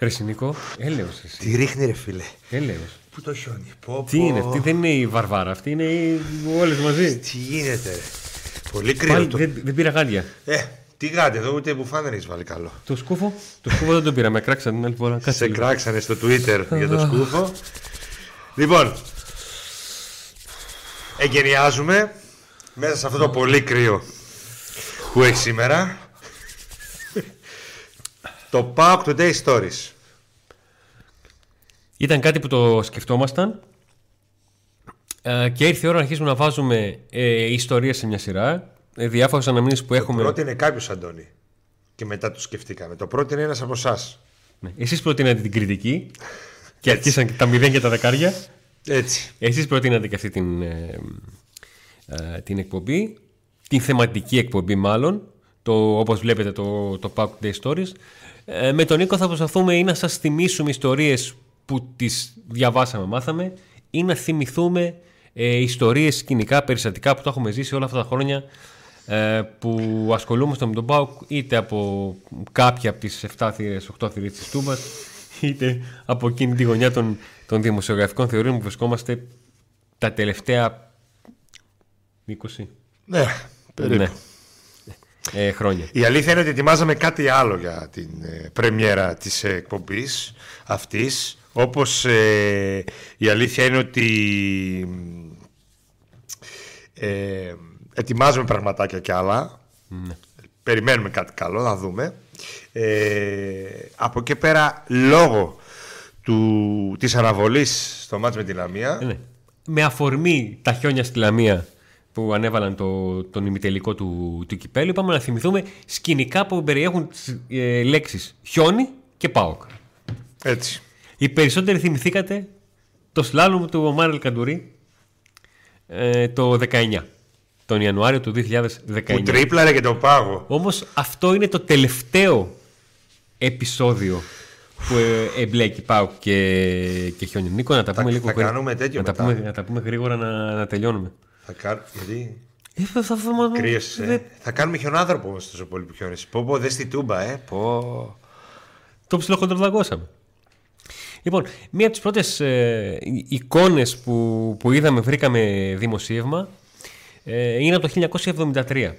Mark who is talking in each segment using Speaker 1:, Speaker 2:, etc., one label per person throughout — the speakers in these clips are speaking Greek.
Speaker 1: Ρεσινικό, έλεος εσύ.
Speaker 2: Τη ρίχνει ρε φίλε.
Speaker 1: Έλεος.
Speaker 2: Πού το χιόνι. Πω, πω.
Speaker 1: Τι είναι, αυτή δεν είναι η Βαρβάρα, αυτή είναι οι... όλες μαζί.
Speaker 2: Τι γίνεται ρε. Πολύ κρύο
Speaker 1: Πάλι
Speaker 2: το.
Speaker 1: δεν, δεν πήρα γάντια.
Speaker 2: Ε, τι γάτε εδώ ούτε μπουφάνα έχεις βάλει καλό.
Speaker 1: Το σκούφο, το σκούφο δεν το πήρα, με κράξαν την άλλη φορά. Κάτσε
Speaker 2: Σε
Speaker 1: λίγο.
Speaker 2: κράξανε στο Twitter για το σκούφο. Λοιπόν, εγκαινιάζουμε μέσα σε αυτό το πολύ κρύο που έχει σήμερα το PAOK Today Stories.
Speaker 1: Ήταν κάτι που το σκεφτόμασταν ε, και ήρθε η ώρα να αρχίσουμε να βάζουμε ε, ιστορίες σε μια σειρά, ε, διάφορες αναμνήσεις που έχουμε.
Speaker 2: Πρώτη είναι κάποιος Αντώνη. Και μετά το σκεφτήκαμε. Το πρώτο είναι ένας από εσάς.
Speaker 1: Ναι. Εσείς προτείνατε την κριτική και αρχίσαν και τα μηδέν και τα δεκάρια.
Speaker 2: Έτσι.
Speaker 1: Εσείς προτείνατε και αυτή την, ε, ε, την εκπομπή, την θεματική εκπομπή μάλλον, το, όπως βλέπετε το, το Pack Day Stories. Ε, με τον Νίκο θα προσπαθούμε ή να σας θυμίσουμε ιστορίες που τις διαβάσαμε, μάθαμε ή να θυμηθούμε ε, ιστορίες σκηνικά, περιστατικά που το έχουμε ζήσει όλα αυτά τα χρόνια ε, που ασχολούμαστε με τον ΠΑΟΚ είτε από κάποια από τις 7 θύρες, 8 θύρες της Τούμπας είτε από εκείνη τη γωνιά των, των δημοσιογραφικών θεωρίων που βρισκόμαστε τα τελευταία 20
Speaker 2: Ναι, περίπου.
Speaker 1: ναι. ε, χρόνια.
Speaker 2: Η αλήθεια είναι ότι ετοιμάζαμε κάτι άλλο για την ε, πρεμιέρα της ε, εκπομπής αυτής. Όπως ε, η αλήθεια είναι ότι ε, ετοιμάζουμε πραγματάκια κι άλλα. Περιμένουμε κάτι καλό, να δούμε. Ε, από εκεί πέρα, λόγω του, της αναβολής στο μάτς με τη Λαμία,
Speaker 1: Ε, ναι. Με αφορμή τα χιόνια στη Λαμία που ανέβαλαν το, τον ημιτελικό του, του κυπέλου, είπαμε να θυμηθούμε σκηνικά που περιέχουν τις, ε, λέξεις χιόνι και ΠΑΟΚ.
Speaker 2: έτσι.
Speaker 1: Οι περισσότεροι θυμηθήκατε το σλάλομ του Ομάρ Ελκαντουρί ε, το 19, τον Ιανουάριο του 2019.
Speaker 2: Που τρίπλαρε και το πάγο.
Speaker 1: Όμως αυτό είναι το τελευταίο επεισόδιο που ε, εμπλέκει Πάουκ και, και Χιόνι. Νίκο, να τα πούμε λίγο
Speaker 2: θα
Speaker 1: γρήγορα.
Speaker 2: κάνουμε τέτοιο
Speaker 1: να τα,
Speaker 2: μετά.
Speaker 1: πούμε, να τα πούμε γρήγορα να, να τελειώνουμε.
Speaker 2: Θα κάνω... Γιατί...
Speaker 1: Ε, θα, θα, θα,
Speaker 2: Κρύος, ε.
Speaker 1: δε-
Speaker 2: Θα κάνουμε χιονάνθρωπο όμως τόσο πολύ που χιόνισε. Πω πω, δες τη τούμπα, ε. Πω.
Speaker 1: Το ψιλοκοντροδαγκώσαμε. Λοιπόν, μία από τις πρώτες ε, ε, εικόνες που, που είδαμε, βρήκαμε δημοσίευμα, ε, είναι από το 1973.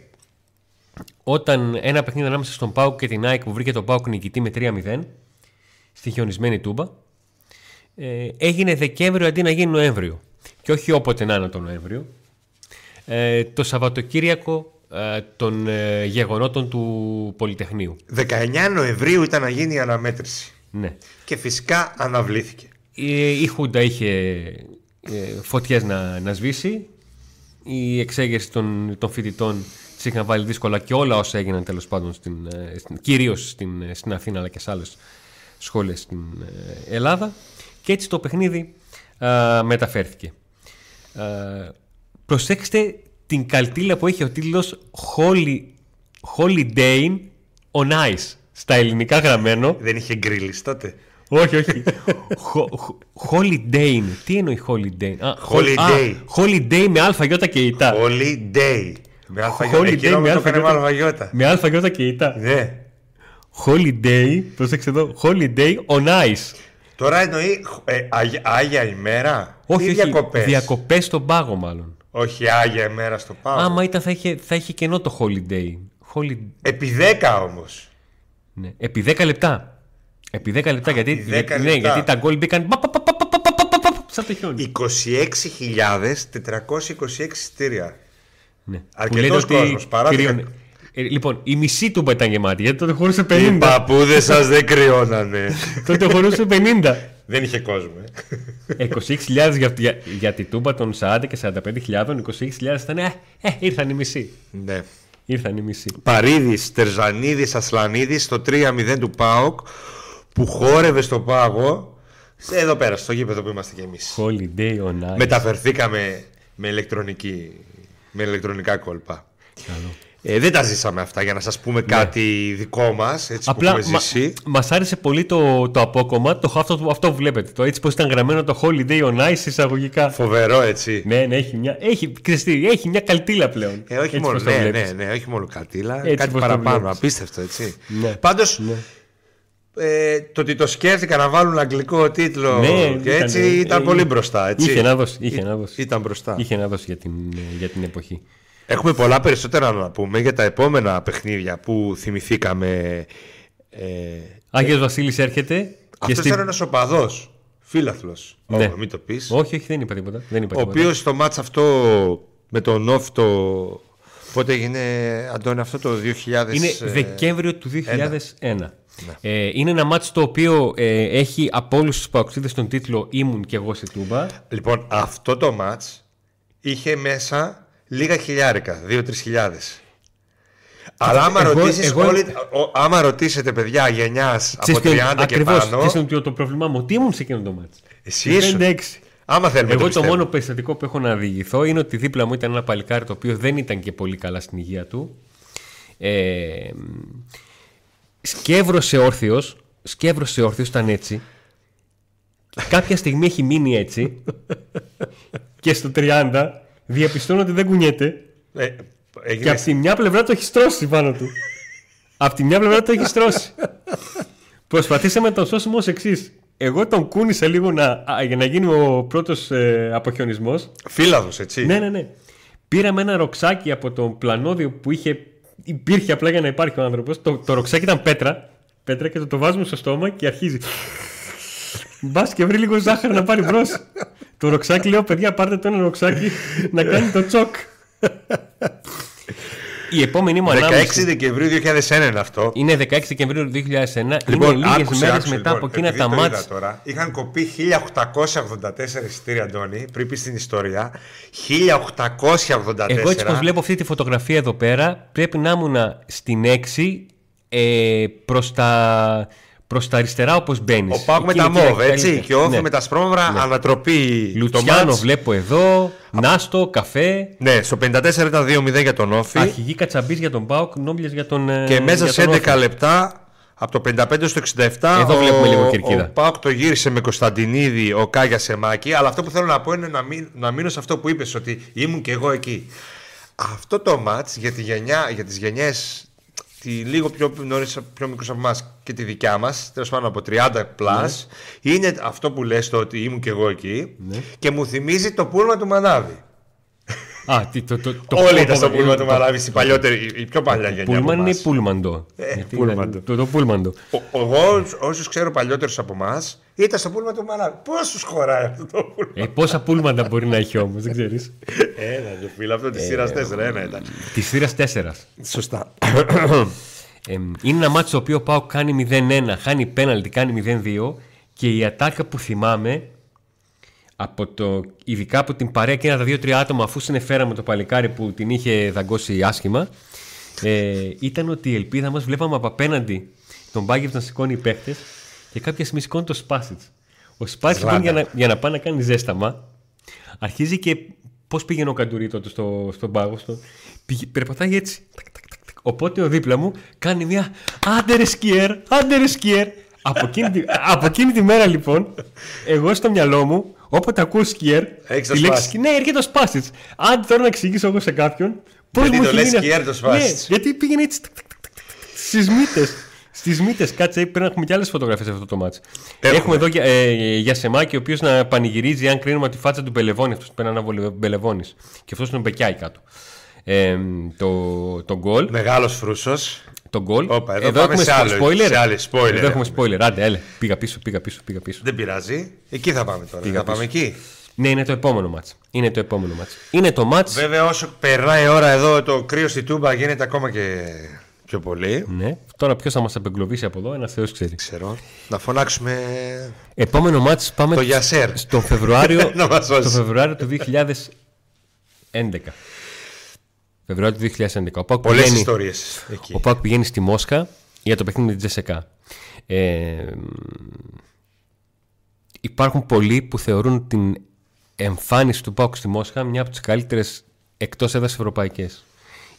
Speaker 1: Όταν ένα παιχνίδι ανάμεσα στον Πάουκ και την ΑΕΚ που βρήκε τον Πάουκ νικητή με 3-0, στη χιονισμένη τούμπα, ε, έγινε Δεκέμβριο αντί να γίνει Νοέμβριο. Και όχι όποτε να είναι το Νοέμβριο. Ε, το Σαββατοκύριακο ε, των ε, γεγονότων του Πολυτεχνείου.
Speaker 2: 19 Νοεμβρίου ήταν να γίνει η αναμέτρηση.
Speaker 1: Ναι.
Speaker 2: Και φυσικά αναβλήθηκε.
Speaker 1: Η, η Χούντα είχε ε, φωτιές να, να σβήσει. Η εξέγερση των, των φοιτητών τις είχαν βάλει δύσκολα και όλα όσα έγιναν τέλος πάντων στην, ε, στην, κυρίως στην, ε, στην Αθήνα αλλά και σε άλλες σχόλες στην ε, Ελλάδα. Και έτσι το παιχνίδι α, μεταφέρθηκε. Ε, προσέξτε την καλτήλα που έχει ο τίτλος Holy, Holiday on Ice στα ελληνικά γραμμένο.
Speaker 2: Δεν είχε γκρίλις τότε.
Speaker 1: Όχι, όχι. Χο- χο- Holiday. Τι εννοεί Holiday. Α, χο-
Speaker 2: Holiday.
Speaker 1: α, Holiday με αλφαγιώτα και ητά.
Speaker 2: Holy day. Με αλφαγιώτα.
Speaker 1: Holiday
Speaker 2: Εκείνο
Speaker 1: με
Speaker 2: με το έκανε με
Speaker 1: αλφαγιώτα.
Speaker 2: αλφαγιώτα.
Speaker 1: Με αλφαγιώτα και ητά.
Speaker 2: Ναι.
Speaker 1: Holiday. Προσέξτε εδώ. Holiday on ice.
Speaker 2: Τώρα εννοεί ε, άγια, άγια ημέρα ή
Speaker 1: Όχι,
Speaker 2: διακοπές.
Speaker 1: Διακοπές στον πάγο, μάλλον.
Speaker 2: Όχι άγια ημέρα στο πάω.
Speaker 1: Άμα ήταν, θα είχε, θα είχε κενό το holiday. Holi-
Speaker 2: Επί 10 όμως.
Speaker 1: ναι. Επί 10 λεπτά. Επί 10 λεπτά, γιατί,
Speaker 2: 10
Speaker 1: γιατί- ναι,
Speaker 2: λεπτά.
Speaker 1: γιατί τα γκολ μπήκαν. πα, πα, πα, πα, πα, πα, πα, πα, πα, Σαν το χιόνι.
Speaker 2: 26.426 στήρια.
Speaker 1: Ναι.
Speaker 2: Αρκετός
Speaker 1: Που λέτε ότι
Speaker 2: κόσμος, παρά το-
Speaker 1: κρύωνε. Ε, λοιπόν, η μισή του ήταν γεμάτη, γιατί τότε χωρούσε
Speaker 2: Οι
Speaker 1: 50.
Speaker 2: παππούδες σας δεν κρυώνανε.
Speaker 1: τότε χωρούσε 50.
Speaker 2: δεν είχε κόσμο. ε.
Speaker 1: 26.000 για, για, για τη τούμπα των 40 και 45.000, 26.000 ήταν. Ε, ε, ήρθαν οι μισοί.
Speaker 2: Ναι.
Speaker 1: Ήρθαν οι μισοί.
Speaker 2: Παρίδης, Τερζανίδης, Ασλανίδης στο 3-0 του ΠΑΟΚ που χόρευε στο πάγο. σε- Εδώ πέρα, στο γήπεδο που είμαστε κι εμείς.
Speaker 1: Holiday on ice.
Speaker 2: Μεταφερθήκαμε με, ηλεκτρονική, με ηλεκτρονικά κόλπα. Ε, δεν τα ζήσαμε αυτά για να σας πούμε κάτι δικό μας έτσι
Speaker 1: Ναι. Απλά
Speaker 2: που έχουμε
Speaker 1: μα,
Speaker 2: ζήσει.
Speaker 1: μας άρεσε πολύ το, το απόκομα, το, αυτό, που- αυτό που βλέπετε. Το, έτσι πως ήταν γραμμένο το Holiday on Ice εισαγωγικά.
Speaker 2: Φοβερό έτσι.
Speaker 1: ναι, ναι, έχει μια, έχει, ξέρεις τι, έχει μια καλτήλα πλέον.
Speaker 2: Ε, όχι
Speaker 1: έτσι
Speaker 2: μόνο,
Speaker 1: πως το
Speaker 2: ναι,
Speaker 1: βλέπεις.
Speaker 2: ναι, ναι, όχι μόνο κατήλα,
Speaker 1: Έτσι
Speaker 2: κάτι
Speaker 1: πως το
Speaker 2: παραπάνω,
Speaker 1: βλέπεις.
Speaker 2: απίστευτο έτσι.
Speaker 1: Ναι.
Speaker 2: Πάντως, Ε, το ότι το σκέφτηκα να βάλουν αγγλικό τίτλο
Speaker 1: Ναι,
Speaker 2: και έτσι
Speaker 1: ήταν-
Speaker 2: ήταν,
Speaker 1: ε,
Speaker 2: πολύ
Speaker 1: ε,
Speaker 2: μπροστά. Έτσι.
Speaker 1: Είχε να δώσει. Είχε
Speaker 2: Ή-
Speaker 1: να δώσει.
Speaker 2: Ήταν μπροστά.
Speaker 1: Είχε να δώσει για την, ε, για την εποχή.
Speaker 2: Έχουμε πολλά περισσότερα να πούμε για τα επόμενα παιχνίδια που θυμηθήκαμε. Ε,
Speaker 1: Άγιος Βασίλης έρχεται. Και
Speaker 2: Αυτός
Speaker 1: στη...
Speaker 2: ήταν ένας οπαδός, φίλαθλος.
Speaker 1: Ναι.
Speaker 2: Μην το πεις.
Speaker 1: Όχι, όχι, δεν είπα τίποτα. Δεν είπα
Speaker 2: Ο
Speaker 1: τίποτα.
Speaker 2: οποίος στο μάτς αυτό με τον Όφτο. Πότε έγινε, Αντώνη, αυτό το 2000.
Speaker 1: Είναι
Speaker 2: ε, Ναι.
Speaker 1: Δεκέμβριο του 2001. Ε, είναι ένα μάτς το οποίο ε, έχει από όλους τους παοξίδε τον τίτλο Ήμουν και εγώ σε τούμπα.
Speaker 2: Λοιπόν, αυτό το μάτς είχε μέσα λίγα χιλιάρικα, 2-3 χιλιάδες. Αλλά άμα,
Speaker 1: εγώ-
Speaker 2: ρωτήσεις
Speaker 1: εγώ-
Speaker 2: όλοι, ο- άμα ρωτήσετε παιδιά γενιάς από 30 και
Speaker 1: ακριβώς,
Speaker 2: πάνω,
Speaker 1: Ξέρεις ποιο το πρόβλημά μου, ότι ήμουν σε εκείνο το μάτς.
Speaker 2: εσύ ήσουν.
Speaker 1: 5-6.
Speaker 2: Άμα θέλουμε
Speaker 1: Εγώ το
Speaker 2: πιστεύω.
Speaker 1: μόνο περιστατικό που έχω να διηγηθώ είναι ότι δίπλα μου ήταν ένα παλικάρι το οποίο δεν ήταν και πολύ καλά στην υγεία του. Ε, σκεύρωσε όρθιος, σκεύρωσε όρθιος, ήταν έτσι. Κάποια στιγμή έχει μείνει έτσι και στο 30 διαπιστώνω ότι δεν κουνιέται
Speaker 2: Ε,
Speaker 1: και
Speaker 2: έγινε
Speaker 1: από τη μια πλευρά το έχει στρώσει πάνω του. από τη μια πλευρά το έχει στρώσει. Προσπαθήσαμε να τον σώσουμε ως εξής. Εγώ τον κούνησα λίγο να, α, για να γίνει ο πρώτος ε, αποχιονισμός.
Speaker 2: φίλαδος, έτσι.
Speaker 1: ναι, ναι, ναι. Πήραμε ένα ροξάκι από τον πλανόδιο που είχε, υπήρχε απλά για να υπάρχει ο άνθρωπος. Το, το ροξάκι ήταν πέτρα. Πέτρα και το, το βάζουμε στο στόμα και αρχίζει. Μπας και βρει λίγο ζάχαρη να πάρει μπρος. το ροξάκι λέω: Παιδιά, πάρτε το ένα ροξάκι να κάνει το τσοκ. Η επόμενη μου
Speaker 2: 16
Speaker 1: ανάμειξη
Speaker 2: Δεκεμβρίου 2001 είναι αυτό.
Speaker 1: είναι 16 Δεκεμβρίου 2001.
Speaker 2: Λοιπόν,
Speaker 1: είναι λίγε
Speaker 2: άκουσε,
Speaker 1: μέρε
Speaker 2: άκουσε,
Speaker 1: μετά
Speaker 2: λοιπόν,
Speaker 1: από εκείνα
Speaker 2: επειδή
Speaker 1: τα
Speaker 2: το
Speaker 1: μάτς
Speaker 2: είδα τώρα, Είχαν κοπεί 1884 εισιτήρια, Αντώνη, πριν πεις στην ιστορία. 1884.
Speaker 1: Εγώ έτσι πως βλέπω αυτή τη φωτογραφία εδώ πέρα πρέπει να ήμουν στην 6 ε, προς, τα, προς τα αριστερά όπως μπαίνεις.
Speaker 2: Ο Πάουκ με τα μόβ, έτσι. Και ο Όφη με τα σπρώμαυρα ανατροπή. το
Speaker 1: Ναι. Λουτσιάνο
Speaker 2: μάτς.
Speaker 1: βλέπω εδώ, Νάστο, Καφέ,
Speaker 2: Ναι, στο 54 ήταν 2-0 για τον Όφη.
Speaker 1: αρχηγή Κατσαμπής για τον Πάουκ, Νόμπλες για τον ε,
Speaker 2: Και μέσα
Speaker 1: για
Speaker 2: σε
Speaker 1: τον
Speaker 2: 11
Speaker 1: Όφη.
Speaker 2: λεπτά, από το 55 στο 67,
Speaker 1: Εδώ
Speaker 2: ο,
Speaker 1: βλέπουμε λίγο κερκίδα.
Speaker 2: ο Πάουκ το γύρισε με Κωνσταντινίδη, ο Κάγια Σεμάκη. Αλλά αυτό που θέλω να πω είναι να, μην, να μείνω σε αυτό που είπες, ότι ήμουν και εγώ εκεί. Αυτό το μάτ για, τη γενιά, για τις γενιές τη λίγο πιο νωρίς, πιο μικρούς από εμάς και τη δικιά μας τέλος πάντων από 30 plus
Speaker 1: Ναι.
Speaker 2: είναι αυτό που λες το ότι ήμουν και εγώ εκεί και μου θυμίζει το πούλμα του Μανάβη
Speaker 1: Α, τι- το, το, το,
Speaker 2: Όλοι ήταν στο
Speaker 1: το-
Speaker 2: πούλμα
Speaker 1: το-
Speaker 2: του Μανάβη, στην παλιότερη, η πιο παλιά γενιά. από
Speaker 1: Πούλμαν είναι
Speaker 2: εμάς.
Speaker 1: πούλμαντο.
Speaker 2: Ε,
Speaker 1: Γιατί
Speaker 2: πούλμαντο.
Speaker 1: ήταν Το, το πούλμαντο.
Speaker 2: Ο- Εγώ, όσους ξέρω παλιότερους από εμάς, ήταν στο πούλμα του Μανάβη. Πόσους χωράει αυτό το πούλμα.
Speaker 1: Ε, πόσα πούλμαντα μπορεί να έχει όμως, δεν ξέρεις.
Speaker 2: Ένα, ρε φίλε, αυτό
Speaker 1: Ε,
Speaker 2: τη
Speaker 1: ναι.
Speaker 2: σειρά 4. Ένα ήταν.
Speaker 1: Της σειράς 4.
Speaker 2: Σωστά.
Speaker 1: Ε, είναι ένα μάτσο το οποίο ο Πάοκ κάνει 0-1, χάνει πέναλτι, κάνει 0-2 και η ατάκα που θυμάμαι από το, ειδικά από την παρέα και ένα τα δύο-τρία άτομα αφού συνεφέραμε το παλικάρι που την είχε δαγκώσει άσχημα ε, ήταν ότι η ελπίδα μας βλέπαμε από απέναντι τον Μπάγκεβ να σηκώνει οι παίχτες και κάποια στιγμή σηκώνει το Σπάσιτς. Ο Σπάσιτς λοιπόν, για,
Speaker 2: Ζλάτα.
Speaker 1: να, για να πάει να κάνει ζέσταμα αρχίζει και πώς πήγαινε ο Καντουρί τότε στο, στον πάγο στο, πήγε- περπατάει έτσι Τακ, τακ, τακ, τακ. οπότε ο δίπλα μου κάνει μια άντε ρε σκιέρ, άντε ρε σκιέρ από εκείνη, τη, από εκείνη τη μέρα λοιπόν εγώ στο μυαλό μου όποτε ακούω σκιέρ
Speaker 2: Έχεις το
Speaker 1: τη λέξη
Speaker 2: Σπάσιτς.
Speaker 1: σκι- ναι έρχεται ο Σπάσιτς αν τώρα να εξηγήσω εγώ σε κάποιον πώς
Speaker 2: Γιατί
Speaker 1: μου
Speaker 2: το
Speaker 1: έχει
Speaker 2: λες
Speaker 1: μείνει
Speaker 2: σκιέρ
Speaker 1: αυτό.
Speaker 2: το Σπάσιτς.
Speaker 1: Ναι, γιατί πήγαινε έτσι τακ, τακ, τακ, τακ, τακ, στις μύτες Στις μύτες, κάτσε, πρέπει να έχουμε και άλλες φωτογραφίες αυτό το μάτσο.
Speaker 2: Έχουμε.
Speaker 1: Έχουμε εδώ για- ε, για Σεμάκη, ο οποίος να πανηγυρίζει, αν κρίνουμε από τη φάτσα του Μπελεβόνη. Αυτός πέρα ένα Μπελεβόνης. Και αυτός είναι ο Μπεκιάη κάτω. Ε, το, το γκολ.
Speaker 2: Μεγάλος φρούσος.
Speaker 1: Το γκολ.
Speaker 2: Ναι. Όπα, εδώ πάμε σε άλλο-
Speaker 1: spoiler.
Speaker 2: σε άλλη spoiler
Speaker 1: Εδώ έχουμε
Speaker 2: έχουμε.
Speaker 1: spoiler. Άντε, έλε. Πήγα πίσω, πήγα πίσω, πήγα πίσω.
Speaker 2: Δεν πειράζει. Εκεί θα πάμε τώρα.
Speaker 1: Πήγα
Speaker 2: θα πάμε εκεί.
Speaker 1: Ναι, είναι το επόμενο μάτς. Είναι το επόμενο μάτς. Είναι το μάτς.
Speaker 2: Βέβαια, όσο περνάει η ώρα εδώ, το κρύος στη τούμπα γίνεται ακόμα και πιο πολύ.
Speaker 1: Ναι. Τώρα ποιος θα μας απεγκλωβίσει από εδώ, ένας Θεός ξέρει.
Speaker 2: Ξέρω. Να φωνάξουμε.
Speaker 1: Επόμενο μάτς πάμε
Speaker 2: Το Γιασέρ.
Speaker 1: στο Φεβρουάριο,
Speaker 2: Να μας σώσει.
Speaker 1: στο Φεβρουάριο του 2011. Φεβρουάριο του 2011. Ο Πάουκ
Speaker 2: Πολλές
Speaker 1: πηγαίνει-
Speaker 2: ιστορίες εκεί.
Speaker 1: Ο Πάουκ πηγαίνει στη Μόσχα για το παιχνίδι με την Τζεσεκά. Ε, υπάρχουν πολλοί που θεωρούν την εμφάνιση του Πάουκ στη Μόσχα μια από τις καλύτερες εκτός έδρας ευρωπαϊκές.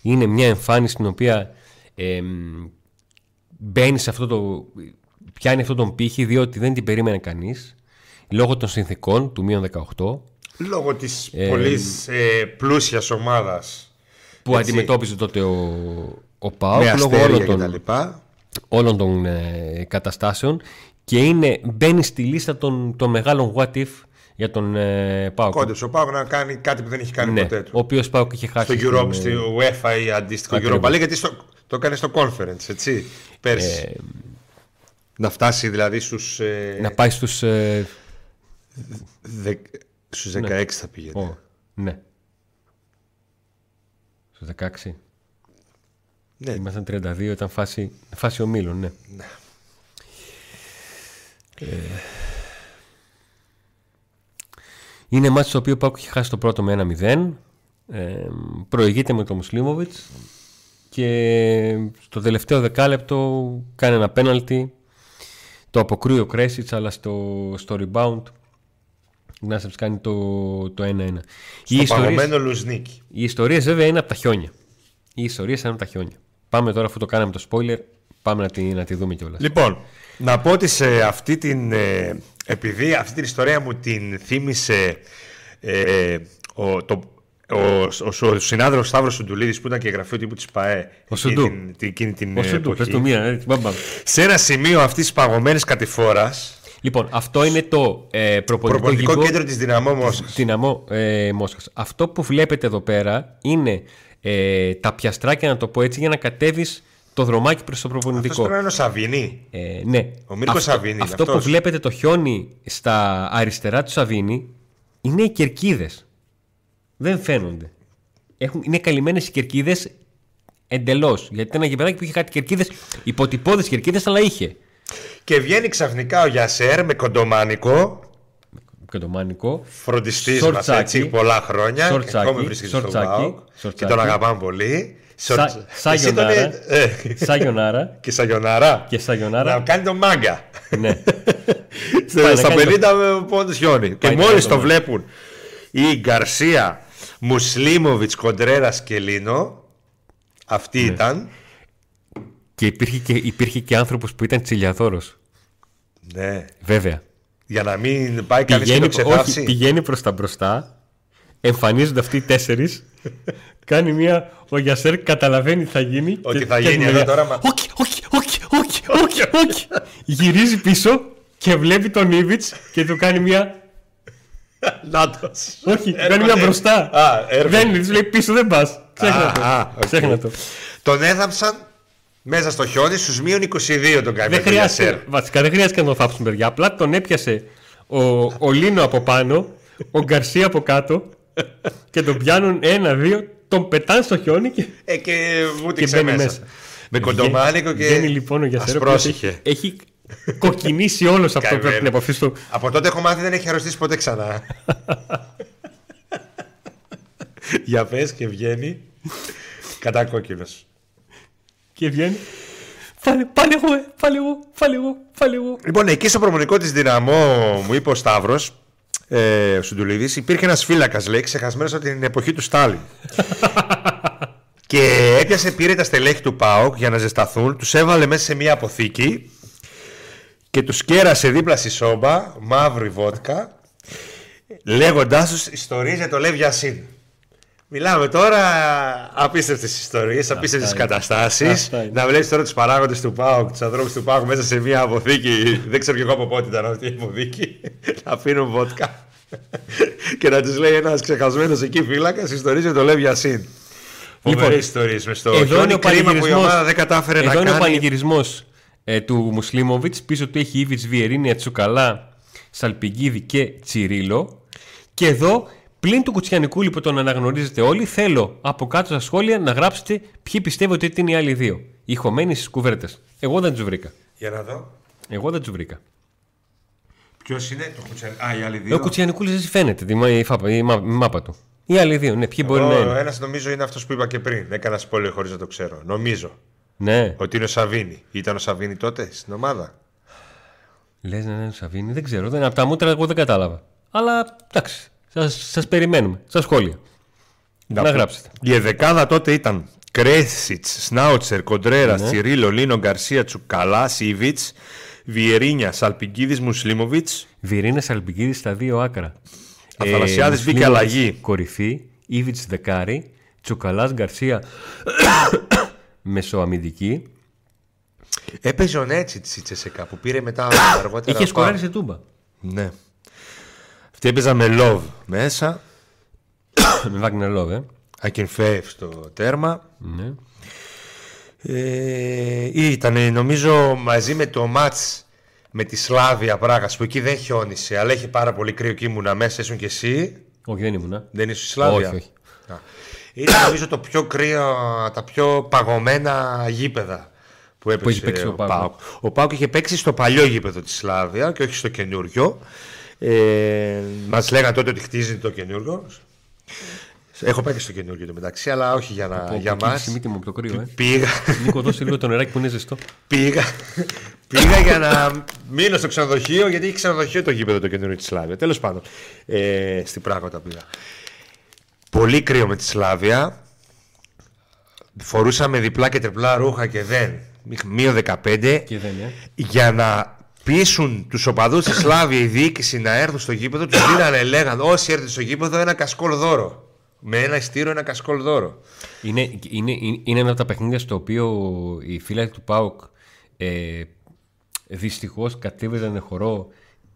Speaker 1: Είναι μια εμφάνιση την οποία ε, μπαίνει σε αυτό το... πιάνει αυτόν τον πύχη διότι δεν την περίμενε κανείς λόγω των συνθήκων του μείον 18
Speaker 2: Λόγω ε, τη
Speaker 1: Ε,
Speaker 2: πολύ πλούσιας ομάδας.
Speaker 1: που αντιμετώπιζε τότε ο, ο Πάουκ
Speaker 2: Με
Speaker 1: λόγω όλων
Speaker 2: αστέρια
Speaker 1: των-
Speaker 2: κτλ.
Speaker 1: όλων των ε, καταστάσεων και είναι, μπαίνει στη λίστα των, των μεγάλων what if για τον ε, Πάοκ.
Speaker 2: Κόντεψε ο Πάοκ να κάνει κάτι που δεν έχει κάνει
Speaker 1: Ναι,
Speaker 2: ποτέ του.
Speaker 1: ο οποίος Πάοκ είχε χάσει.
Speaker 2: Στο
Speaker 1: την,
Speaker 2: Europe,
Speaker 1: ε,
Speaker 2: στη UEFA ή αντίστοιχο
Speaker 1: Ακριβώς.
Speaker 2: Europa League, γιατί στο, το έκανε στο conference, έτσι, πέρσι. να φτάσει δηλαδή στους, ε,
Speaker 1: Ε, να πάει στους. Ε,
Speaker 2: δε, στους 16 θα πήγαινε.
Speaker 1: ο, ναι. Στου 16.
Speaker 2: Ναι.
Speaker 1: Ήμασταν 32, ήταν φάση, φάση ομίλων, ναι. Ε, είναι μάτι στο οποίο ο Πάκου έχει χάσει το πρώτο με 1-0. Ε, προηγείται με τον Μουσλίμοβιτς και στο τελευταίο δεκάλεπτο κάνει ένα πέναλτι. Το αποκρούει ο Κρέσιτς, αλλά στο, στο rebound Γνάσεψ κάνει το, το 1-1. Οι
Speaker 2: Στο
Speaker 1: ιστορίες-
Speaker 2: παγωμένο Λουσνίκι.
Speaker 1: οι ιστορίες βέβαια είναι από τα χιόνια. Οι ιστορίες είναι από τα χιόνια. Πάμε τώρα, αφού το κάναμε το spoiler, πάμε να τη, να τη δούμε κιόλας.
Speaker 2: Λοιπόν, να πω ότι σε αυτή την. ε, επειδή αυτή την ιστορία μου την θύμισε ε, ο, το, ο, ο, ο συνάδελφος Σταύρος Σουντουλίδης που ήταν και γραφείο τύπου της ΠαΕ.
Speaker 1: Ο
Speaker 2: εκείνη
Speaker 1: Σουντού.
Speaker 2: την- την- Εκείνη την ε,
Speaker 1: Όσο του,
Speaker 2: εποχή.
Speaker 1: πες του μία, έτσι, μπαμ, μπαμ.
Speaker 2: Σε ένα σημείο αυτής της παγωμένης κατηφόρας,
Speaker 1: Λοιπόν, αυτό είναι το ε, προπονητικό,
Speaker 2: προπονητικό
Speaker 1: γήπο
Speaker 2: κέντρο της Δυναμό Μόσχας.
Speaker 1: Δυναμό ε, Μόσχας. Αυτό που βλέπετε εδώ πέρα είναι ε, τα πιαστράκια, να το πω έτσι, για να κατέβεις το δρομάκι προς το
Speaker 2: Αυτό
Speaker 1: προπονητικό.
Speaker 2: πρέπει να είναι ο Σαββινί.
Speaker 1: Ε, ναι.
Speaker 2: Ο Μύρκος
Speaker 1: αυτό,
Speaker 2: Σαββίνη είναι
Speaker 1: Αυτό που
Speaker 2: αυτός.
Speaker 1: βλέπετε το χιόνι στα αριστερά του Σαββίνη είναι οι κερκίδες. Δεν φαίνονται. Έχουν, είναι καλυμμένες οι κερκίδες εντελώς. Γιατί ήταν ένα γηπεδάκι που είχε κάτι κερκίδες, υποτυπώδε κερκίδες, αλλά είχε.
Speaker 2: Και βγαίνει ξαφνικά ο Γιασέρ με κοντομάνικο,
Speaker 1: Και το μάνικο.
Speaker 2: φροντιστής μας
Speaker 1: Σορτσάκι.
Speaker 2: έτσι πολλά χρόνια.
Speaker 1: Σορτσάκι.
Speaker 2: Ακόμη βρίσκεται στο
Speaker 1: Σορτσάκι.
Speaker 2: ΠΑΟΚ και
Speaker 1: Σορτσάκι.
Speaker 2: τον αγαπάμε πολύ. Σορτ-
Speaker 1: Σα,
Speaker 2: Εσύ τον
Speaker 1: σαγιονάρα.
Speaker 2: ε- ε,
Speaker 1: σαγιονάρα.
Speaker 2: Και σαγιονάρα.
Speaker 1: Και σαγιονάρα.
Speaker 2: Να κάνει τον μάγκα.
Speaker 1: ναι.
Speaker 2: Στα
Speaker 1: να
Speaker 2: στα
Speaker 1: κάνει
Speaker 2: 50 πόντους χιόνι. Και
Speaker 1: να
Speaker 2: μόλις
Speaker 1: κάνει τον
Speaker 2: το βλέπουν οι Γκαρσία, Μουσλίμοβιτ, Κοντρέρας και Λίνο. Αυτοί
Speaker 1: Ναι.
Speaker 2: ήταν.
Speaker 1: Και υπήρχε και, υπήρχε και άνθρωπος που ήταν τσιλιαδόρο.
Speaker 2: Ναι.
Speaker 1: Βέβαια.
Speaker 2: Για να μην πάει κανείς και
Speaker 1: πηγαίνει,
Speaker 2: το
Speaker 1: όχι,
Speaker 2: ξεθάψει.
Speaker 1: πηγαίνει προς τα μπροστά Εμφανίζονται αυτοί οι τέσσερις Κάνει μια Ο Γιασέρ καταλαβαίνει τι θα γίνει
Speaker 2: Ότι
Speaker 1: και
Speaker 2: θα
Speaker 1: κάνει
Speaker 2: γίνει,
Speaker 1: μια-
Speaker 2: αλλά τώρα μα-
Speaker 1: Όχι, όχι, όχι, όχι, όχι, όχι Γυρίζει πίσω Και βλέπει τον Ήβιτς Και του κάνει μια
Speaker 2: Νάτος.
Speaker 1: Όχι, του κάνει
Speaker 2: Έρχονται.
Speaker 1: μια μπροστά
Speaker 2: Α, έρχονται.
Speaker 1: Δεν είναι, της λέει πίσω δεν πας Ξέχνα
Speaker 2: Α, α,
Speaker 1: το,
Speaker 2: οκ.
Speaker 1: ξέχνα το.
Speaker 2: Τον έδαψαν μέσα στο χιόνι στους μείον 22 τον
Speaker 1: Δεν
Speaker 2: καημένο τον Γιασέρ.
Speaker 1: χρειάζεται, βασικά δεν χρειάζεται να τον θάψουν παιδιά Απλά τον έπιασε ο, ο Λίνο από πάνω Ο Γκαρσία από κάτω Και τον πιάνουν ένα-δύο Τον πετάνε στο χιόνι και
Speaker 2: Ε, και
Speaker 1: Και
Speaker 2: βούτυξε
Speaker 1: μπαίνει
Speaker 2: μέσα.
Speaker 1: μέσα.
Speaker 2: Με κοντομάνικο και.
Speaker 1: Βγαίνει λοιπόν ο
Speaker 2: Ας
Speaker 1: Γιασέρα. που
Speaker 2: πρόσεχε.
Speaker 1: Έχει, έχει κοκκινήσει όλος αυτό
Speaker 2: Καημένο.
Speaker 1: που την επαφή του.
Speaker 2: Από τότε έχω μάθει δεν έχει αρρωστήσει ποτέ ξανά. Για πες και βγαίνει. Κατά κόκκινο.
Speaker 1: Και βγαίνει. Πάλι, πάλι εγώ, ε, πάλι εγώ, πάλι εγώ, πάλι εγώ.
Speaker 2: Λοιπόν, εκεί στο προμονικό της Δυναμό, μου είπε ο Σταύρος, ε, ο Σουντουλίδη, υπήρχε ένας φύλακας, λέει, ξεχασμένος από την εποχή του Στάλιν. και έπιασε, πήρε τα στελέχη του ΠΑΟΚ για να ζεσταθούν, τους έβαλε μέσα σε μια αποθήκη και τους κέρασε δίπλα στη σόμπα μαύρη βότκα, λέγοντάς τους ιστορίε για το Λεύ Γιασίν. Μιλάμε τώρα απίστευτες ιστορίες, απίστευτες
Speaker 1: είναι.
Speaker 2: καταστάσεις.
Speaker 1: Αυτά είναι.
Speaker 2: Να βλέπεις τώρα τους παράγοντες του ΠΑΟΚ, τους ανθρώπους του ΠΑΟΚ μέσα σε μια αποθήκη. Δεν ξέρω κι εγώ από πότε ήταν αυτή η αποθήκη. να πίνουν βότκα. και να του λέει ένας ξεχασμένος εκεί φύλακας ιστορίε με το Λεύ Γιασίν. Φοβερές
Speaker 1: Λοιπόν,
Speaker 2: ιστορίες μες στο
Speaker 1: Εδώ είναι
Speaker 2: χιόνι.
Speaker 1: ο
Speaker 2: Κρίμα που Ε, η
Speaker 1: πανηγυρισμός-
Speaker 2: ομάδα δεν κατάφερε
Speaker 1: εδώ
Speaker 2: να
Speaker 1: είναι ο
Speaker 2: κάνει.
Speaker 1: πανηγυρισμός, ε, του Μουσλίμοβιτ. Πίσω του έχει Ήβιτ Βιερίνια, Τσουκαλά, Σαλπιγκίδη και Τσιρίλο. Και εδώ, πλην του Κουτσιανικούλη που τον αναγνωρίζετε όλοι, θέλω από κάτω στα σχόλια να γράψετε ποιοι πιστεύετε ότι είναι οι άλλοι δύο. Οι χωμένοι στις κουβέρτες. Εγώ δεν τους βρήκα.
Speaker 2: Για να δω.
Speaker 1: Εγώ δεν τους βρήκα.
Speaker 2: Ποιος είναι το κουτσιάν. Α, οι άλλοι
Speaker 1: Ε, Ο
Speaker 2: δύο.
Speaker 1: Κουτσιανικούλης δεν φαίνεται τη, μα- η, φάπα- η μα- η μάπα του. Οι άλλοι δύο, ναι, ποιοι μπορεί να
Speaker 2: Ο
Speaker 1: είναι.
Speaker 2: ένας νομίζω είναι αυτός που είπα και πριν. Έκανα σπόλιο χωρίς να το ξέρω. Νομίζω
Speaker 1: Ναι,
Speaker 2: ότι είναι ο Σαβίνη. Ήταν ο Σαβίνη τότε στην ομάδα.
Speaker 1: λες να είναι ο «Ναι, Σαββίνη, δεν ξέρω. Δεν, από τα μούτρα εγώ δεν κατάλαβα. Αλλά εντάξει, σας περιμένουμε. Στα σχόλια. Να,
Speaker 2: πω-
Speaker 1: γράψετε.
Speaker 2: Η εδεκάδα τότε ήταν Κρέσιτ, Σνάουτσερ, Κοντρέρα,
Speaker 1: Ναι.
Speaker 2: Τσιρίλο, Λίνο, Γκαρσία, Τσουκαλά, Σίβιτ, Βιερίνια, Σαλπιγκίδη, Μουσλίμοβιτ.
Speaker 1: Βιρίνε Αλμπιγκίδη στα δύο άκρα.
Speaker 2: Αθανασιάδης
Speaker 1: Μουσλίμοβιτς
Speaker 2: βγήκε αλλαγή.
Speaker 1: Ε, Κορυφή, Ήβιτ Δεκάρη, Τσουκαλάς Γκαρσία μεσοαμυντική.
Speaker 2: Έπαιζε ο Νέτσι τη Τσεσεκά που πήρε μετά αργότερα.
Speaker 1: Είχε
Speaker 2: ο Πάο.
Speaker 1: σκοράρει σε τούμπα.
Speaker 3: Ναι. Αυτή έπαιζα με love μέσα.
Speaker 1: Με Wagner Love, ε.
Speaker 3: Ακινφέευ στο τέρμα.
Speaker 1: Ναι.
Speaker 3: Ε,
Speaker 2: Ήταν νομίζω μαζί με το μάτς με τη Σλάβια Πράγας που εκεί δεν χιόνισε αλλά είχε πάρα πολύ κρύο και ήμουνα μέσα ήσουν και εσύ
Speaker 1: Όχι, δεν ήμουνα.
Speaker 2: δεν ήσουν στη Σλάβια
Speaker 1: Όχι, όχι.
Speaker 2: Α. Ήταν νομίζω το πιο κρύο τα πιο παγωμένα γήπεδα που έπαιξε,
Speaker 1: έχει παίξει ο Πάοκ.
Speaker 2: Πάοκ. Ο Πάοκ είχε παίξει στο παλιό γήπεδο της Σλάβια και όχι στο καινούριο ε, μας λέγανε τότε ότι χτίζει το καινούριο Έχω παίξει στο καινούριο το μεταξύ, αλλά όχι για, να,
Speaker 1: Πω,
Speaker 2: για
Speaker 1: πω,
Speaker 2: μας.
Speaker 1: κύλησε η μύτη μου από το κρύο, ε.
Speaker 2: Πήγα,
Speaker 1: Νίκο, δώσε λίγο το νεράκι που είναι ζεστό.
Speaker 2: Πήγα, πήγα για να μείνω στο ξενοδοχείο, γιατί είχε ξενοδοχείο το γήπεδο το καινούριο της Σλάβια. Τέλος πάντων, ε, στην πράγματα πήγα. Πολύ κρύο με τη Σλάβια. Φορούσαμε διπλά και τριπλά ρούχα και δεν. Μείω 15.
Speaker 1: Και δεν, ε.
Speaker 2: Για να πείσουν τους οπαδούς τη Σλάβια η διοίκηση να έρθουν στο γήπεδο, τους δίνανε, λέγαν όσοι έρθουν στο γήπεδο ένα κασκόλ δώρο. Με ένα στήρο ένα κασκόλ δώρο.
Speaker 1: Είναι, είναι, είναι ένα από τα παιχνίδια στο οποίο οι φίλοι του ΠΑΟΚ ε, δυστυχώς κατήβαζαν χορό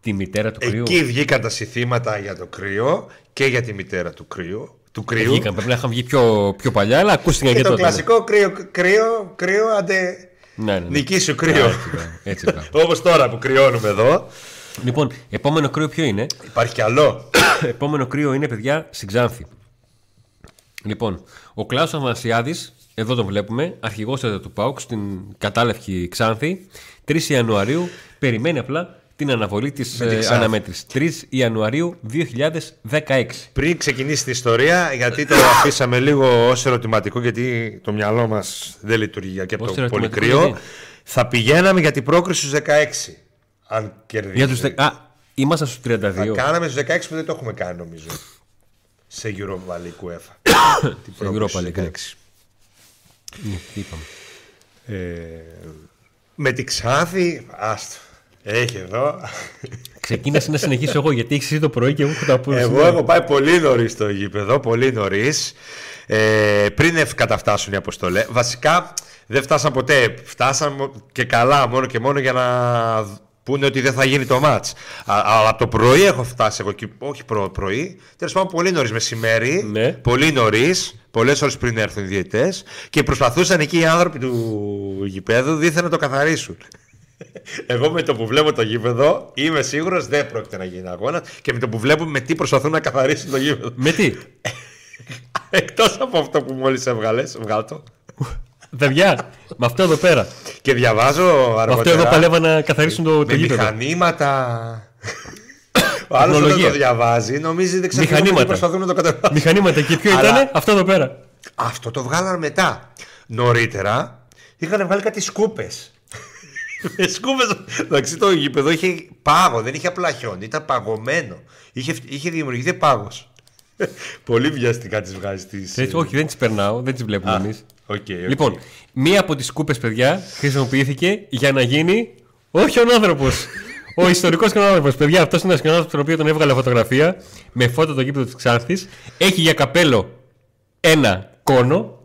Speaker 1: τη μητέρα του κρύου.
Speaker 2: Εκεί βγήκαν τα συθήματα για το κρύο και για τη μητέρα του κρύου. Του κρύου.
Speaker 1: Βγήκαν, πρέπει να είχαν βγει πιο, πιο παλιά, αλλά ακούστηκαν
Speaker 2: και
Speaker 1: και
Speaker 2: Ε, το
Speaker 1: τότε.
Speaker 2: κλασικό κρύο, κρύο, κρύο, αντε
Speaker 1: Ναι, ναι, ναι.
Speaker 2: νική σου κρύο.
Speaker 1: Έτσι, μπράβο, έτσι, μπράβο.
Speaker 2: Όπως τώρα που κρυώνουμε εδώ.
Speaker 1: λοιπόν, επόμενο κρύο ποιο είναι.
Speaker 2: Υπάρχει κι άλλο.
Speaker 1: επόμενο κρύο είναι, παιδιά, στην Ξάνθη. Λοιπόν, ο Κλάος Αμανσιάδης, εδώ τον βλέπουμε, αρχηγός εδώ του ΠΑΟΚ στην κατάλευκη Ξάνθη, 3 Ιανουαρίου, περιμένει απλά την αναβολή της
Speaker 2: την
Speaker 1: ε,
Speaker 2: Ξάνθη.
Speaker 1: αναμέτρησης. 3 Ιανουαρίου 2016.
Speaker 2: Πριν ξεκινήσει την ιστορία, γιατί το αφήσαμε λίγο ως ερωτηματικό, γιατί το μυαλό μας δεν λειτουργεί για και από
Speaker 1: Ως
Speaker 2: το πολύ
Speaker 1: ερωτηματικό,
Speaker 2: κρύο.
Speaker 1: γιατί?
Speaker 2: Θα πηγαίναμε για την πρόκριση στους 16. Αν κερδίσουμε.
Speaker 1: Για τους... δε- Α, ήμασταν στους 32.
Speaker 2: Θα κάναμε στους 16 που δεν το έχουμε κάνει, νομίζω. Σε Europa League UEFA. Την
Speaker 1: Σε
Speaker 2: πρόκριση
Speaker 1: Europa
Speaker 2: στους
Speaker 1: League,
Speaker 2: 16.
Speaker 1: Ναι, τι είπαμε.
Speaker 2: Ε, με τη Ξάνθη, άστο. Έχει εδώ.
Speaker 1: Ξεκίνησε να συνεχίσω εγώ, γιατί έχεις εσύ το πρωί και εγώ έχω τα πω.
Speaker 2: Εγώ έχω πάει πολύ νωρίς στο γήπεδο, πολύ νωρίς. Ε, πριν ευ- καταφτάσουν οι αποστολέ. Βασικά δεν φτάσαν ποτέ. Φτάσαν και καλά, μόνο και μόνο για να πούνε ότι δεν θα γίνει το μάτ. Αλλά από το πρωί έχω φτάσει εγώ, εκεί, όχι προ, πρωί. Τέλος πάντων, πολύ νωρίς μεσημέρι.
Speaker 1: Ναι.
Speaker 2: Πολύ νωρίς. Πολλές ώρες πριν έρθουν οι διαιτέ. Και προσπαθούσαν εκεί οι άνθρωποι του γηπέδου δίθεν να το καθαρίσουν. Εγώ με το που βλέπω το γήπεδο είμαι σίγουρος δεν πρόκειται να γίνει αγώνας και με το που βλέπω με τι προσπαθούν να καθαρίσουν το γήπεδο.
Speaker 1: Με τι,
Speaker 2: Εκτός από αυτό που μόλις έβγαλες, βγάλτο.
Speaker 1: παιδιά, με αυτό εδώ πέρα.
Speaker 2: Και διαβάζω αργότερα.
Speaker 1: Με αυτό εδώ παλεύα να καθαρίσουν το, το
Speaker 2: με
Speaker 1: γήπεδο.
Speaker 2: μηχανήματα. Ο άλλος όταν
Speaker 1: Τεχνολογία.
Speaker 2: το διαβάζει νομίζει δεν ξέρει τι
Speaker 1: Μηχανήματα.
Speaker 2: προσπαθούν να το καταλάβουν.
Speaker 1: Μηχανήματα και ποιο
Speaker 2: Αλλά-
Speaker 1: ήταν αυτό εδώ πέρα.
Speaker 2: Αυτό το βγάλανε μετά. Νωρίτερα είχαν βγάλει κάτι σκούπες. σκούπε. Εντάξει, το γήπεδο είχε πάγο, δεν είχε απλά χιόνι, ήταν παγωμένο. Είχε, φ- είχε δημιουργηθεί πάγος. Πολύ βιαστικά τις βγάζεις τις.
Speaker 1: Έτσι, όχι, δεν τις περνάω, δεν τις βλέπουμε εμεί.
Speaker 2: Ε,
Speaker 1: Λοιπόν, μία από τις κούπε, παιδιά, χρησιμοποιήθηκε για να γίνει όχι ο άνθρωπο. Ο ιστορικός κανόναδρο. Παιδιά, αυτός είναι ένας κανόναδρο τον οποίο τον έβγαλε φωτογραφία με φώτο το γήπεδο της Ξάνθης. Έχει για καπέλο ένα κόνο.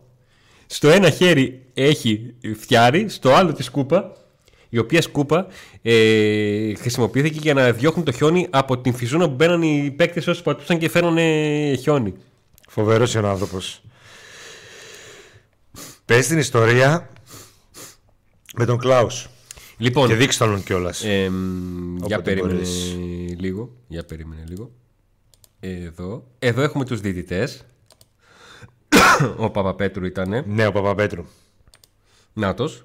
Speaker 1: Στο ένα χέρι έχει φτιάρι, στο άλλο τη σκούπα. Η οποία σκούπα ε, χρησιμοποιήθηκε για να διώχνουν το χιόνι από την φυζούνα που μπαίναν οι παίκτες όσοι πατούσαν και φέρνανε χιόνι.
Speaker 2: Φοβερός είναι ο άνθρωπος. Πες την ιστορία με τον Κλάους.
Speaker 1: Λοιπόν,
Speaker 2: Και δείξτε τον κιόλας.
Speaker 1: Εμ, για
Speaker 2: Όποτε
Speaker 1: περίμενε
Speaker 2: μπορείς.
Speaker 1: λίγο. Για περίμενε λίγο. Εδώ. Εδώ έχουμε τους διαιτητές. Ο Παπαπέτρου ήτανε.
Speaker 2: Ναι, ο Παπαπέτρου.
Speaker 1: Νάτος.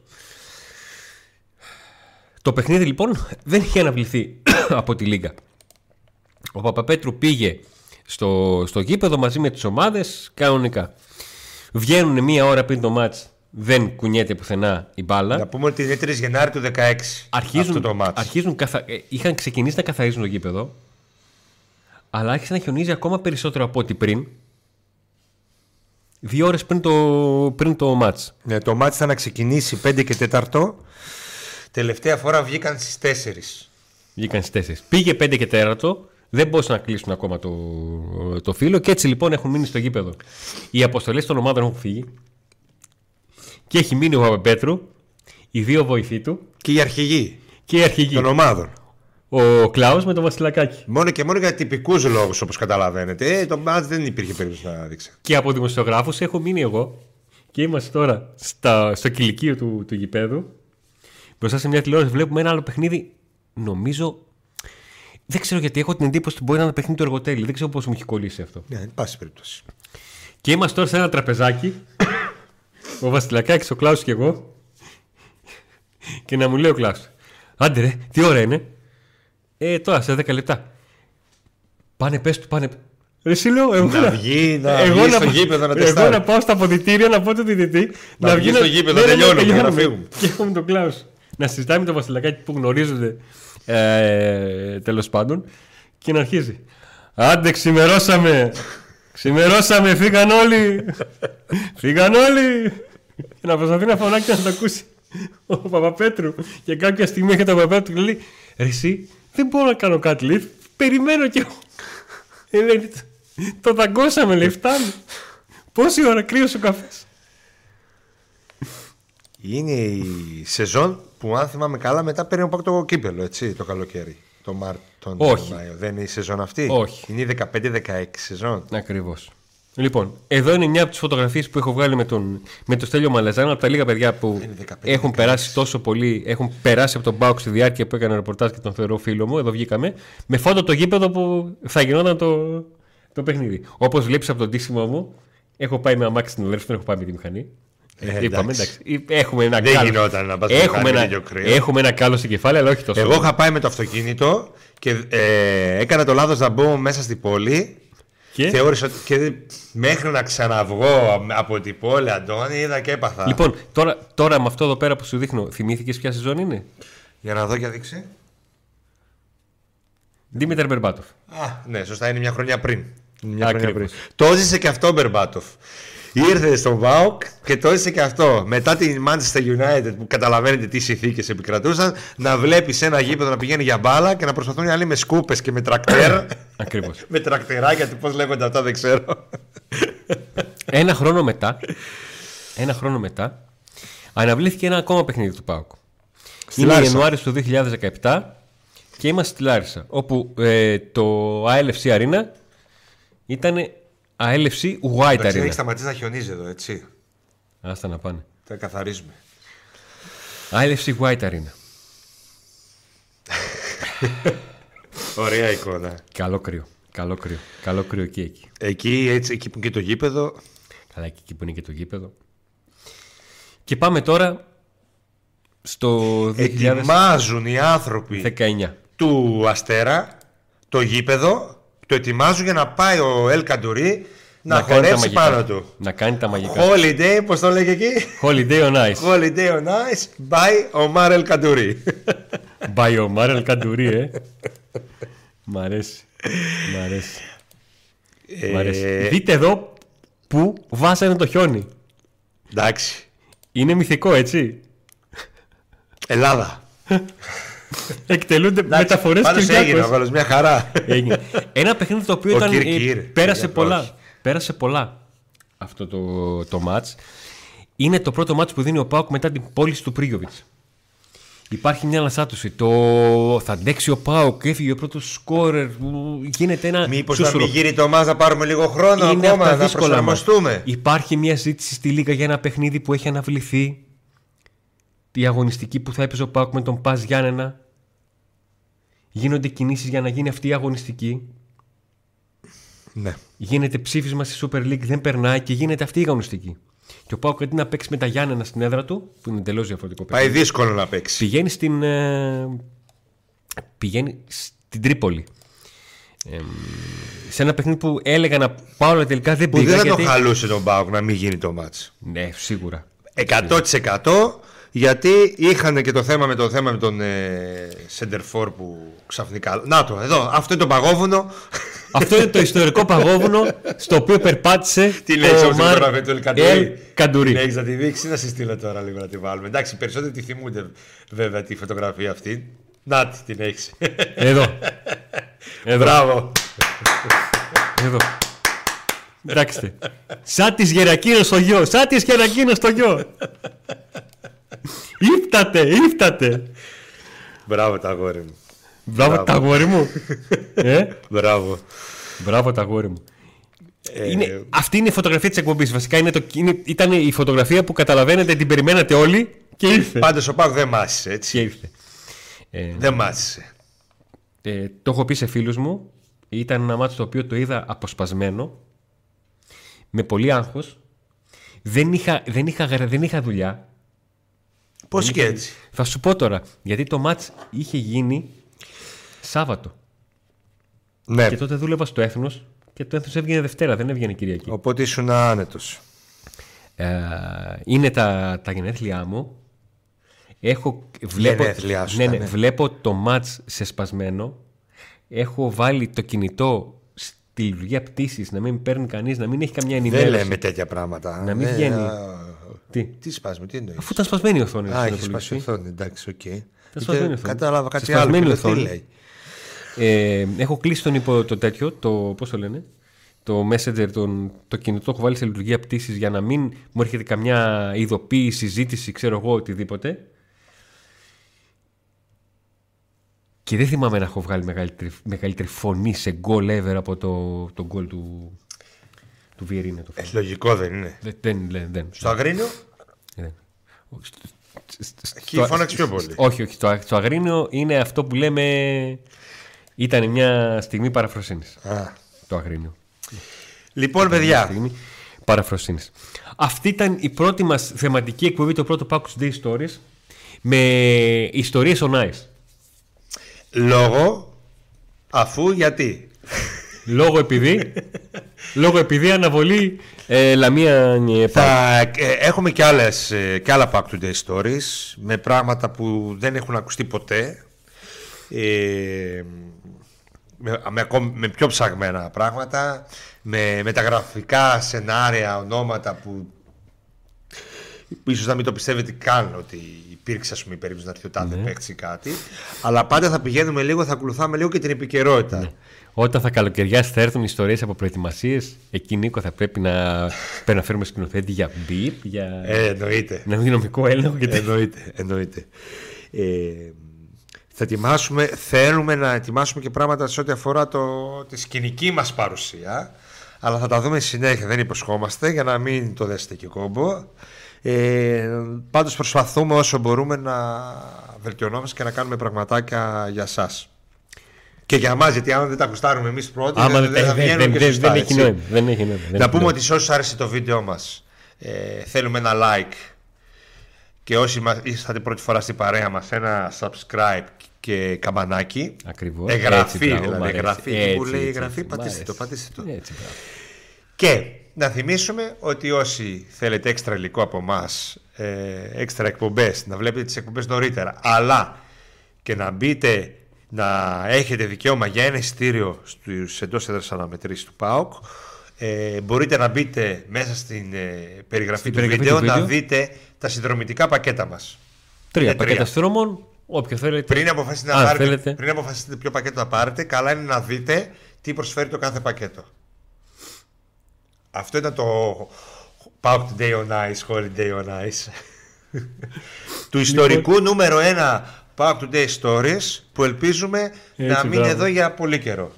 Speaker 1: Το παιχνίδι λοιπόν δεν είχε αναβληθεί από τη Λίγκα. Ο Παπαπέτρου πήγε στο, στο γήπεδο μαζί με τις ομάδες κανονικά. Βγαίνουν μία ώρα πριν το μάτς, δεν κουνιέται πουθενά η μπάλα.
Speaker 2: Να πούμε ότι είναι 3 Γενάρη του 16.
Speaker 1: Ε. Αρχίζουν,
Speaker 2: αυτό το μάτς.
Speaker 1: αρχίζουν καθα... ε, είχαν ξεκινήσει να καθαρίζουν το γήπεδο, αλλά άρχισε να χιονίζει ακόμα περισσότερο από ό,τι πριν. Δύο ώρες πριν το, πριν το μάτς.
Speaker 3: ναι, το μάτι θα να ξεκινήσει 5 και 4.
Speaker 2: Τελευταία φορά βγήκαν στις 4.
Speaker 1: Βγήκαν στις τέσσερις. Πήγε 5 και τέρατο, δεν μπορούσαν να κλείσουν ακόμα το, το φύλλο και έτσι λοιπόν έχουν μείνει στο γήπεδο. Οι αποστολές των ομάδων έχουν φύγει και έχει μείνει ο Παπαπέτρου, οι δύο βοηθοί του
Speaker 2: Και οι αρχηγοί
Speaker 1: και οι αρχηγοί.
Speaker 2: των ομάδων.
Speaker 1: Ο Κλάου με τον Βασιλακάκη.
Speaker 2: Μόνο και μόνο για τυπικούς λόγους, όπως καταλαβαίνετε. Ε, το μάτς δεν υπήρχε περίπτωση να δείξει.
Speaker 1: Και από δημοσιογράφους έχω μείνει εγώ και είμαστε τώρα στα, στο κηλικείο του, του γηπέδου. Μπροστά σε μια τηλεόραση βλέπουμε ένα άλλο παιχνίδι. Νομίζω. Δεν ξέρω γιατί έχω την εντύπωση ότι μπορεί να είναι παιχνίδι του εργοτέλη. Δεν ξέρω πώς μου έχει κολλήσει αυτό.
Speaker 2: Ναι, εν πάση περιπτώσει.
Speaker 1: Και είμαστε τώρα σε ένα τραπεζάκι. ο Βασιλακάκη, ο Κλάους και εγώ. και να μου λέει ο Κλάους. Άντε ρε, τι ώρα είναι. Ε, τώρα σε 10 λεπτά. Πάνε, πες του, πάνε. Ρε, εσύ λέω, εγώ
Speaker 2: Να βγει, να βγει στο
Speaker 1: πάω-
Speaker 2: γήπεδο να
Speaker 1: εγώ
Speaker 2: τεστάρει.
Speaker 1: να πάω στα αποδητήρια να πω τον διαιτητή.
Speaker 2: Να βγει στο γήπεδο,
Speaker 1: Ναι,
Speaker 2: τελειώνουμε, να φύγουμε.
Speaker 1: Και έχουμε τον Κλάους. Να συζητάμε τον Βασιλακάκη που γνωρίζονται ε, τέλος πάντων και να αρχίζει. Άντε, ξημερώσαμε! Ξημερώσαμε, φύγαν όλοι! φύγαν όλοι! Και να προσπαθεί να φωνάξει να το ακούσει ο Παπαπέτρου. Και κάποια στιγμή έρχεται ο Παπαπέτρου και λέει: Ρε, εσύ, δεν μπορώ να κάνω κάτι, λέει. Περιμένω κι εγώ. Ε, λέει, το δαγκώσαμε, λέει, φτάνει. Πόση ώρα κρύος ο καφές.
Speaker 2: Είναι η σεζόν που, αν θυμάμαι καλά, μετά παίρνει ο Πάκ το κύπελο, έτσι, το καλοκαίρι. Το Μάρτιο, τον
Speaker 1: Όχι.
Speaker 2: Μάιο. Δεν είναι η σεζόν αυτή.
Speaker 1: Όχι.
Speaker 2: Είναι η 15-16 σεζόν.
Speaker 1: Ακριβώς. Λοιπόν, εδώ είναι μια από τις φωτογραφίες που έχω βγάλει με τον, με τον Στέλιο Μαλαζάνο από τα λίγα παιδιά που
Speaker 2: Είναι 15,
Speaker 1: έχουν περάσει τόσο πολύ, έχουν περάσει από τον Μπάουξ στη διάρκεια που έκανε ρεπορτάζ και τον θεωρώ φίλο μου. Εδώ βγήκαμε. Με φόντο το γήπεδο που θα γινόταν το, το παιχνίδι. Όπως βλέπεις από τον τίσιμο μου, έχω πάει με αμάξι στην αδερφή, δεν έχω πάει με τη μηχανή.
Speaker 2: Ε,
Speaker 1: Είπαμε,
Speaker 2: εντάξει.
Speaker 1: εντάξει. Ε, Έχουμε ένα
Speaker 2: Δεν
Speaker 1: κάλος.
Speaker 2: γινόταν να πας με
Speaker 1: έχουμε,
Speaker 2: μηχανή,
Speaker 1: ένα,
Speaker 2: είναι και κρύο.
Speaker 1: έχουμε ένα κάλο στην κεφάλι, αλλά όχι τόσο.
Speaker 2: Εγώ είχα πάει με το αυτοκίνητο και ε, έκανα το λάθος να μπω μέσα στην πόλη.
Speaker 1: Και-
Speaker 2: Θεώρησα ότι. Και μέχρι να ξαναβγώ από την πόλη, Αντώνη, είδα και έπαθα.
Speaker 1: Λοιπόν, τώρα, τώρα με αυτό εδώ πέρα που σου δείχνω, θυμήθηκες ποια σεζόν είναι.
Speaker 2: Για να δω και δείξει.
Speaker 1: Δήμητρ Μπερμπάτοφ.
Speaker 2: Α, ναι, σωστά είναι μια χρονιά πριν. Μια
Speaker 1: Ακριβώς.
Speaker 2: χρονιά πριν. Το έζησε και αυτό ο Μπερμπάτοφ. Ήρθε στον Βάουκ και το έζησε και αυτό. Μετά την Manchester United που καταλαβαίνετε τι συνθήκες επικρατούσαν, να βλέπει ένα γήπεδο να πηγαίνει για μπάλα και να προσπαθούν οι άλλοι με σκούπες και με τρακτέρ.
Speaker 1: Ακριβώς.
Speaker 2: με τρακτεράκια, πώς λέγονται αυτά δεν ξέρω.
Speaker 1: ένα χρόνο μετά, ένα χρόνο μετά, αναβλήθηκε ένα ακόμα παιχνίδι του ΠΑΟΚ. Είναι
Speaker 2: Λάρισα.
Speaker 1: Ιανουάριος του 2017 και είμαστε στη Λάρισα, όπου ε, το ALFC Arena ήταν ALFC White
Speaker 2: Εντάξει, έχει
Speaker 1: Arena.
Speaker 2: σταματήσει να χιονίζει εδώ, έτσι.
Speaker 1: Άστα να πάνε.
Speaker 2: Τα καθαρίζουμε.
Speaker 1: ALFC White Arena.
Speaker 2: Ωραία εικόνα.
Speaker 1: Καλό κρύο. Καλό κρύο. Καλό κρύο και εκεί.
Speaker 2: Εκεί, έτσι, εκεί που είναι και το γήπεδο.
Speaker 1: Καλά και εκεί που είναι και το γήπεδο. Και πάμε τώρα στο 2019.
Speaker 2: Ετοιμάζουν οι άνθρωποι του Αστέρα το γήπεδο, το ετοιμάζουν για να πάει ο Ελ Καντουρί να,
Speaker 1: κάνει τα
Speaker 2: χορέψει
Speaker 1: μαγικά.
Speaker 2: πάνω του.
Speaker 1: Να κάνει τα μαγικά.
Speaker 2: Holiday, πώς το λέγε εκεί.
Speaker 1: Holiday on ice.
Speaker 2: Holiday on ice by Omar El Καντουρί.
Speaker 1: By ο Μάρελ Καντουρί, ε. Μ' αρέσει. Μ' αρέσει. Μ'
Speaker 2: Ε.
Speaker 1: αρέσει. Δείτε εδώ που βάσανε το χιόνι.
Speaker 2: Εντάξει.
Speaker 1: Είναι μυθικό, έτσι.
Speaker 2: Ελλάδα.
Speaker 1: Εκτελούνται μεταφορέ
Speaker 2: Πάνω
Speaker 1: και
Speaker 2: σε έγινε ο Γάλλος, μια χαρά.
Speaker 1: Έγινε. Ένα παιχνίδι το οποίο
Speaker 2: Ο
Speaker 1: ήταν,
Speaker 2: Κύρ
Speaker 1: ε,
Speaker 2: Κύρ.
Speaker 1: πέρασε
Speaker 2: Κυριακός.
Speaker 1: πολλά. Πέρασε πολλά αυτό το, το μάτς. Είναι το πρώτο μάτς που δίνει ο Πάουκ μετά την πώληση του Πρίγιοβιτς. Υπάρχει μια αναστάτωση. Το θα αντέξει ο Πάουκ, έφυγε ο πρώτος σκόρερ. ου, Γίνεται ένα
Speaker 2: Μήπως να
Speaker 1: σούσουρο.
Speaker 2: μην γύρει το μας να πάρουμε λίγο χρόνο
Speaker 1: Είναι από τα
Speaker 2: ακόμα να
Speaker 1: δύσκολα μάτς.
Speaker 2: προσαρμοστούμε.
Speaker 1: Υπάρχει μια ζήτηση στη Λίγα για ένα παιχνίδι που έχει αναβληθεί. Η αγωνιστική που θα έπαιζε ο Πάουκ με τον Πας Γιάννενα. Γίνονται κινήσεις για να γίνει αυτή η αγωνιστική.
Speaker 2: Ναι.
Speaker 1: Γίνεται ψήφισμα στη Super League, δεν περνάει και γίνεται αυτή η αγωνιστική. Και ο Πάουκ αντί να παίξει με τα Γιάννενα στην έδρα του, που είναι εντελώς διαφορετικό
Speaker 2: Πάει
Speaker 1: παιχνίδι,
Speaker 2: δύσκολο να παίξει.
Speaker 1: πηγαίνει στην. ε, πηγαίνει στην Τρίπολη. Ε, σε ένα παιχνίδι που έλεγα να πάω, αλλά τελικά δεν
Speaker 2: Που
Speaker 1: πήγα.
Speaker 2: δεν θα
Speaker 1: γιατί...
Speaker 2: το χαλούσε τον Πάοκ να μην γίνει το μάτς.
Speaker 1: Ναι, σίγουρα.
Speaker 2: 100% γιατί είχαν και το θέμα με το θέμα με τον ε, Σεντερφόρ που ξαφνικά. Να το, εδώ, αυτό είναι το παγόβουνο.
Speaker 1: Αυτό είναι το ιστορικό παγόβουνο στο οποίο περπάτησε.
Speaker 2: Τι
Speaker 1: ο
Speaker 2: λέει όμω την
Speaker 1: Ομάρ
Speaker 2: φωτογραφία του
Speaker 1: Ελ
Speaker 2: Ελκαντουρί.
Speaker 1: Καντουρί.
Speaker 2: Την έχει να τη δείξει, να σε στείλω τώρα λίγο να τη βάλουμε. Εντάξει, οι περισσότεροι τη θυμούνται βέβαια τη φωτογραφία αυτή. Να τη, την έχεις.
Speaker 1: Εδώ. Εδώ.
Speaker 2: Μπράβο.
Speaker 1: Εδώ. Κοιτάξτε. Σαν της Γερακίνα στο γιο. Σαν της Γερακίνα στο γιο. Ήφτατε, ήφτατε.
Speaker 2: Μπράβο τα αγόρι μου.
Speaker 1: Μπράβο τα αγόρι μου. ε?
Speaker 2: Μπράβο. Ε,
Speaker 1: Μπράβο τα αγόρι μου. Είναι, αυτή είναι η φωτογραφία της εκπομπής. Βασικά είναι το, είναι, ήταν η φωτογραφία που καταλαβαίνετε την περιμένατε όλοι και ήρθε.
Speaker 2: Πάντως ο Πάκ δεν μάσησε, έτσι.
Speaker 1: Και ήρθε. Ε,
Speaker 2: Δεν μάσησε.
Speaker 1: ε, το έχω πει σε φίλους μου. Ήταν ένα μάτσο το οποίο το είδα αποσπασμένο. Με πολύ άγχος. Δεν είχα, δεν, είχα, γρα- δεν είχα δουλειά.
Speaker 2: Πώς και έτσι.
Speaker 1: Θα σου πω τώρα. Γιατί το μάτς είχε γίνει Σάββατο.
Speaker 2: Ναι.
Speaker 1: Και τότε δούλευα στο έθνος και το έθνος έβγαινε Δευτέρα, δεν έβγαινε Κυριακή.
Speaker 2: Οπότε ήσουν άνετος.
Speaker 1: Ε, είναι τα, τα γενέθλιά μου. Έχω, βλέπω,
Speaker 2: Γενέθλιά σου
Speaker 1: ναι, ναι,
Speaker 2: ήταν, ναι.
Speaker 1: βλέπω το μάτς σε σπασμένο. Έχω βάλει το κινητό στη λειτουργία πτήσης να μην παίρνει κανείς, να μην έχει καμιά ενημέρωση.
Speaker 2: Δεν λέμε τέτοια πράγματα.
Speaker 1: Να μην
Speaker 2: Ε,
Speaker 1: βγαίνει.
Speaker 2: α,
Speaker 1: Τι.
Speaker 2: Τι σπάσμε, τι εννοείς.
Speaker 1: Αφού ήταν σπασμένη η οθόνη.
Speaker 2: Α,
Speaker 1: στον
Speaker 2: έχει
Speaker 1: υπολογιστή.
Speaker 2: σπάσει οθόνη, εντάξει, οκ. Είτε
Speaker 1: σπασμένη οθόνη.
Speaker 2: Κατάλαβα
Speaker 1: Σε
Speaker 2: κάτι άλλο.
Speaker 1: σπασμένη
Speaker 2: λέω, τι
Speaker 1: οθόνη.
Speaker 2: λέει.
Speaker 1: Ε, έχω κλείσει τον υπο, το τέτοιο, το πώς το λένε, το messenger, τον, το κινητό έχω βάλει σε λειτουργία πτήσης για να μην μου έρχεται καμιά ειδοποίηση, συζήτηση, ξέρω εγώ, οτιδήποτε. Και δεν θυμάμαι να έχω βγάλει μεγαλύτερη, μεγαλύτερη φωνή σε goal ever από το, το goal του, του Βιερίνε. Το
Speaker 2: Ε, Λογικό δεν είναι.
Speaker 1: δεν, δεν, δεν, δεν.
Speaker 2: Στο Αγρίνιο,
Speaker 1: δεν. Στο- στο-
Speaker 2: εκεί φώναξε πιο πολύ.
Speaker 1: όχι, όχι. Το, το Αγρίνιο είναι αυτό που λέμε. Ήταν μια στιγμή παραφροσύνης.
Speaker 2: Α.
Speaker 1: Το Αγρίνιο.
Speaker 2: Λοιπόν,
Speaker 1: Μια
Speaker 2: παιδιά,
Speaker 1: στιγμή παραφροσύνης. Αυτή ήταν η πρώτη μας θεματική εκπομπή, το πρώτο Package Day Stories. Με ιστορίες on ice.
Speaker 2: λόγο αφού γιατί.
Speaker 1: Λόγω επειδή. λόγω επειδή αναβολή ε, Λαμία Νιεπά.
Speaker 2: Θα, ε, έχουμε και, άλλες, ε, και άλλα Back to Day Stories με πράγματα που δεν έχουν ακουστεί ποτέ. Ε, με, με, ακόμη- με πιο ψαγμένα πράγματα, με μεταγραφικά σενάρια, ονόματα που, που ίσως να μην το πιστεύετε καν ότι υπήρξε ας πούμε, η περίπτωση να έρθει ο τάδε παίκτης ή κάτι. Αλλά πάντα θα πηγαίνουμε λίγο, θα ακολουθάμε λίγο και την επικαιρότητα.
Speaker 1: Όταν θα καλοκαιριάσει θα έρθουν ιστορίες από προετοιμασίες. Εκεί, Νίκο, θα πρέπει να, πρέπει να φέρουμε σκηνοθέτη για μπιπ, για
Speaker 2: Ε, εννοείται.
Speaker 1: ένα δυναμικό έλεγχο και τέτοια.
Speaker 2: Εννοείται, εννοείται. Ε, θα ετοιμάσουμε, θέλουμε να ετοιμάσουμε και πράγματα σε ό,τι αφορά το, τη σκηνική μας παρουσία, αλλά θα τα δούμε στη συνέχεια, δεν υποσχόμαστε, για να μην το δέσετε και κόμπο. Ε, πάντως προσπαθούμε όσο μπορούμε να βελτιωνόμαστε και να κάνουμε πραγματάκια για σας. Και για μας, γιατί άμα δεν τα κουστάρουμε εμείς πρώτοι,
Speaker 1: Ε, Άμα δεν,
Speaker 2: δεν, δεν θα
Speaker 1: δεν,
Speaker 2: βγαίνουν
Speaker 1: δεν,
Speaker 2: Δηλαδή και
Speaker 1: δεν,
Speaker 2: σωστά,
Speaker 1: δεν
Speaker 2: έτσι.
Speaker 1: έχει νόημα. Δεν έχει νόημα. δεν
Speaker 2: Να
Speaker 1: έχει
Speaker 2: πούμε
Speaker 1: νόημα.
Speaker 2: ότι σε όσους άρεσε το βίντεο μας ε, θέλουμε ένα like και όσοι μας, ήρθατε πρώτη φορά στην παρέα μας ένα subscribe και καμπανάκι.
Speaker 1: Ακριβώς. Έτσι,
Speaker 2: Εγγραφή
Speaker 1: μπράβο, μ'
Speaker 2: δηλαδή.
Speaker 1: αρέσει.
Speaker 2: Εγγραφή.
Speaker 1: Έτσι,
Speaker 2: που λέει
Speaker 1: έτσι,
Speaker 2: εγγραφή,
Speaker 1: έτσι, μ'
Speaker 2: πατήστε το,
Speaker 1: αρέσει.
Speaker 2: πατήστε το.
Speaker 1: Έτσι, μπράβο.
Speaker 2: Και να θυμίσουμε ότι όσοι θέλετε έξτρα υλικό από εμά, έξτρα εκπομπές, να βλέπετε τις εκπομπές νωρίτερα, αλλά και να μπείτε να έχετε δικαίωμα για ένα εισιτήριο στους εντός έδρας αναμετρήσεις του ΠΑΟΚ, ε, μπορείτε να μπείτε μέσα στην ε, περιγραφή του
Speaker 1: περιγραφή
Speaker 2: βίντεο
Speaker 1: του
Speaker 2: να
Speaker 1: βίντεο.
Speaker 2: δείτε τα συνδρομητικά πακέτα μας.
Speaker 1: Τρία
Speaker 2: Ε, τρία.
Speaker 1: πακέτα στρώμων, όποιο θέλετε.
Speaker 2: Πριν αποφασίσετε, να
Speaker 1: Αν
Speaker 2: πάρετε,
Speaker 1: θέλετε.
Speaker 2: πριν αποφασίσετε ποιο πακέτο θα πάρετε, καλά είναι να δείτε τι προσφέρει το κάθε πακέτο. Αυτό ήταν το Pauk Day on Ice, Holiday on Ice. του
Speaker 1: Λοιπόν-
Speaker 2: ιστορικού νούμερο 1 Pauk Today Stories που ελπίζουμε να
Speaker 1: Έτσι,
Speaker 2: μείνει
Speaker 1: μπράβο.
Speaker 2: εδώ για πολύ καιρό.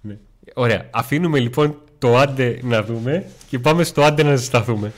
Speaker 1: Ναι. Ωραία. Αφήνουμε λοιπόν το άντε να δούμε και πάμε στο άντε να ζεσταθούμε.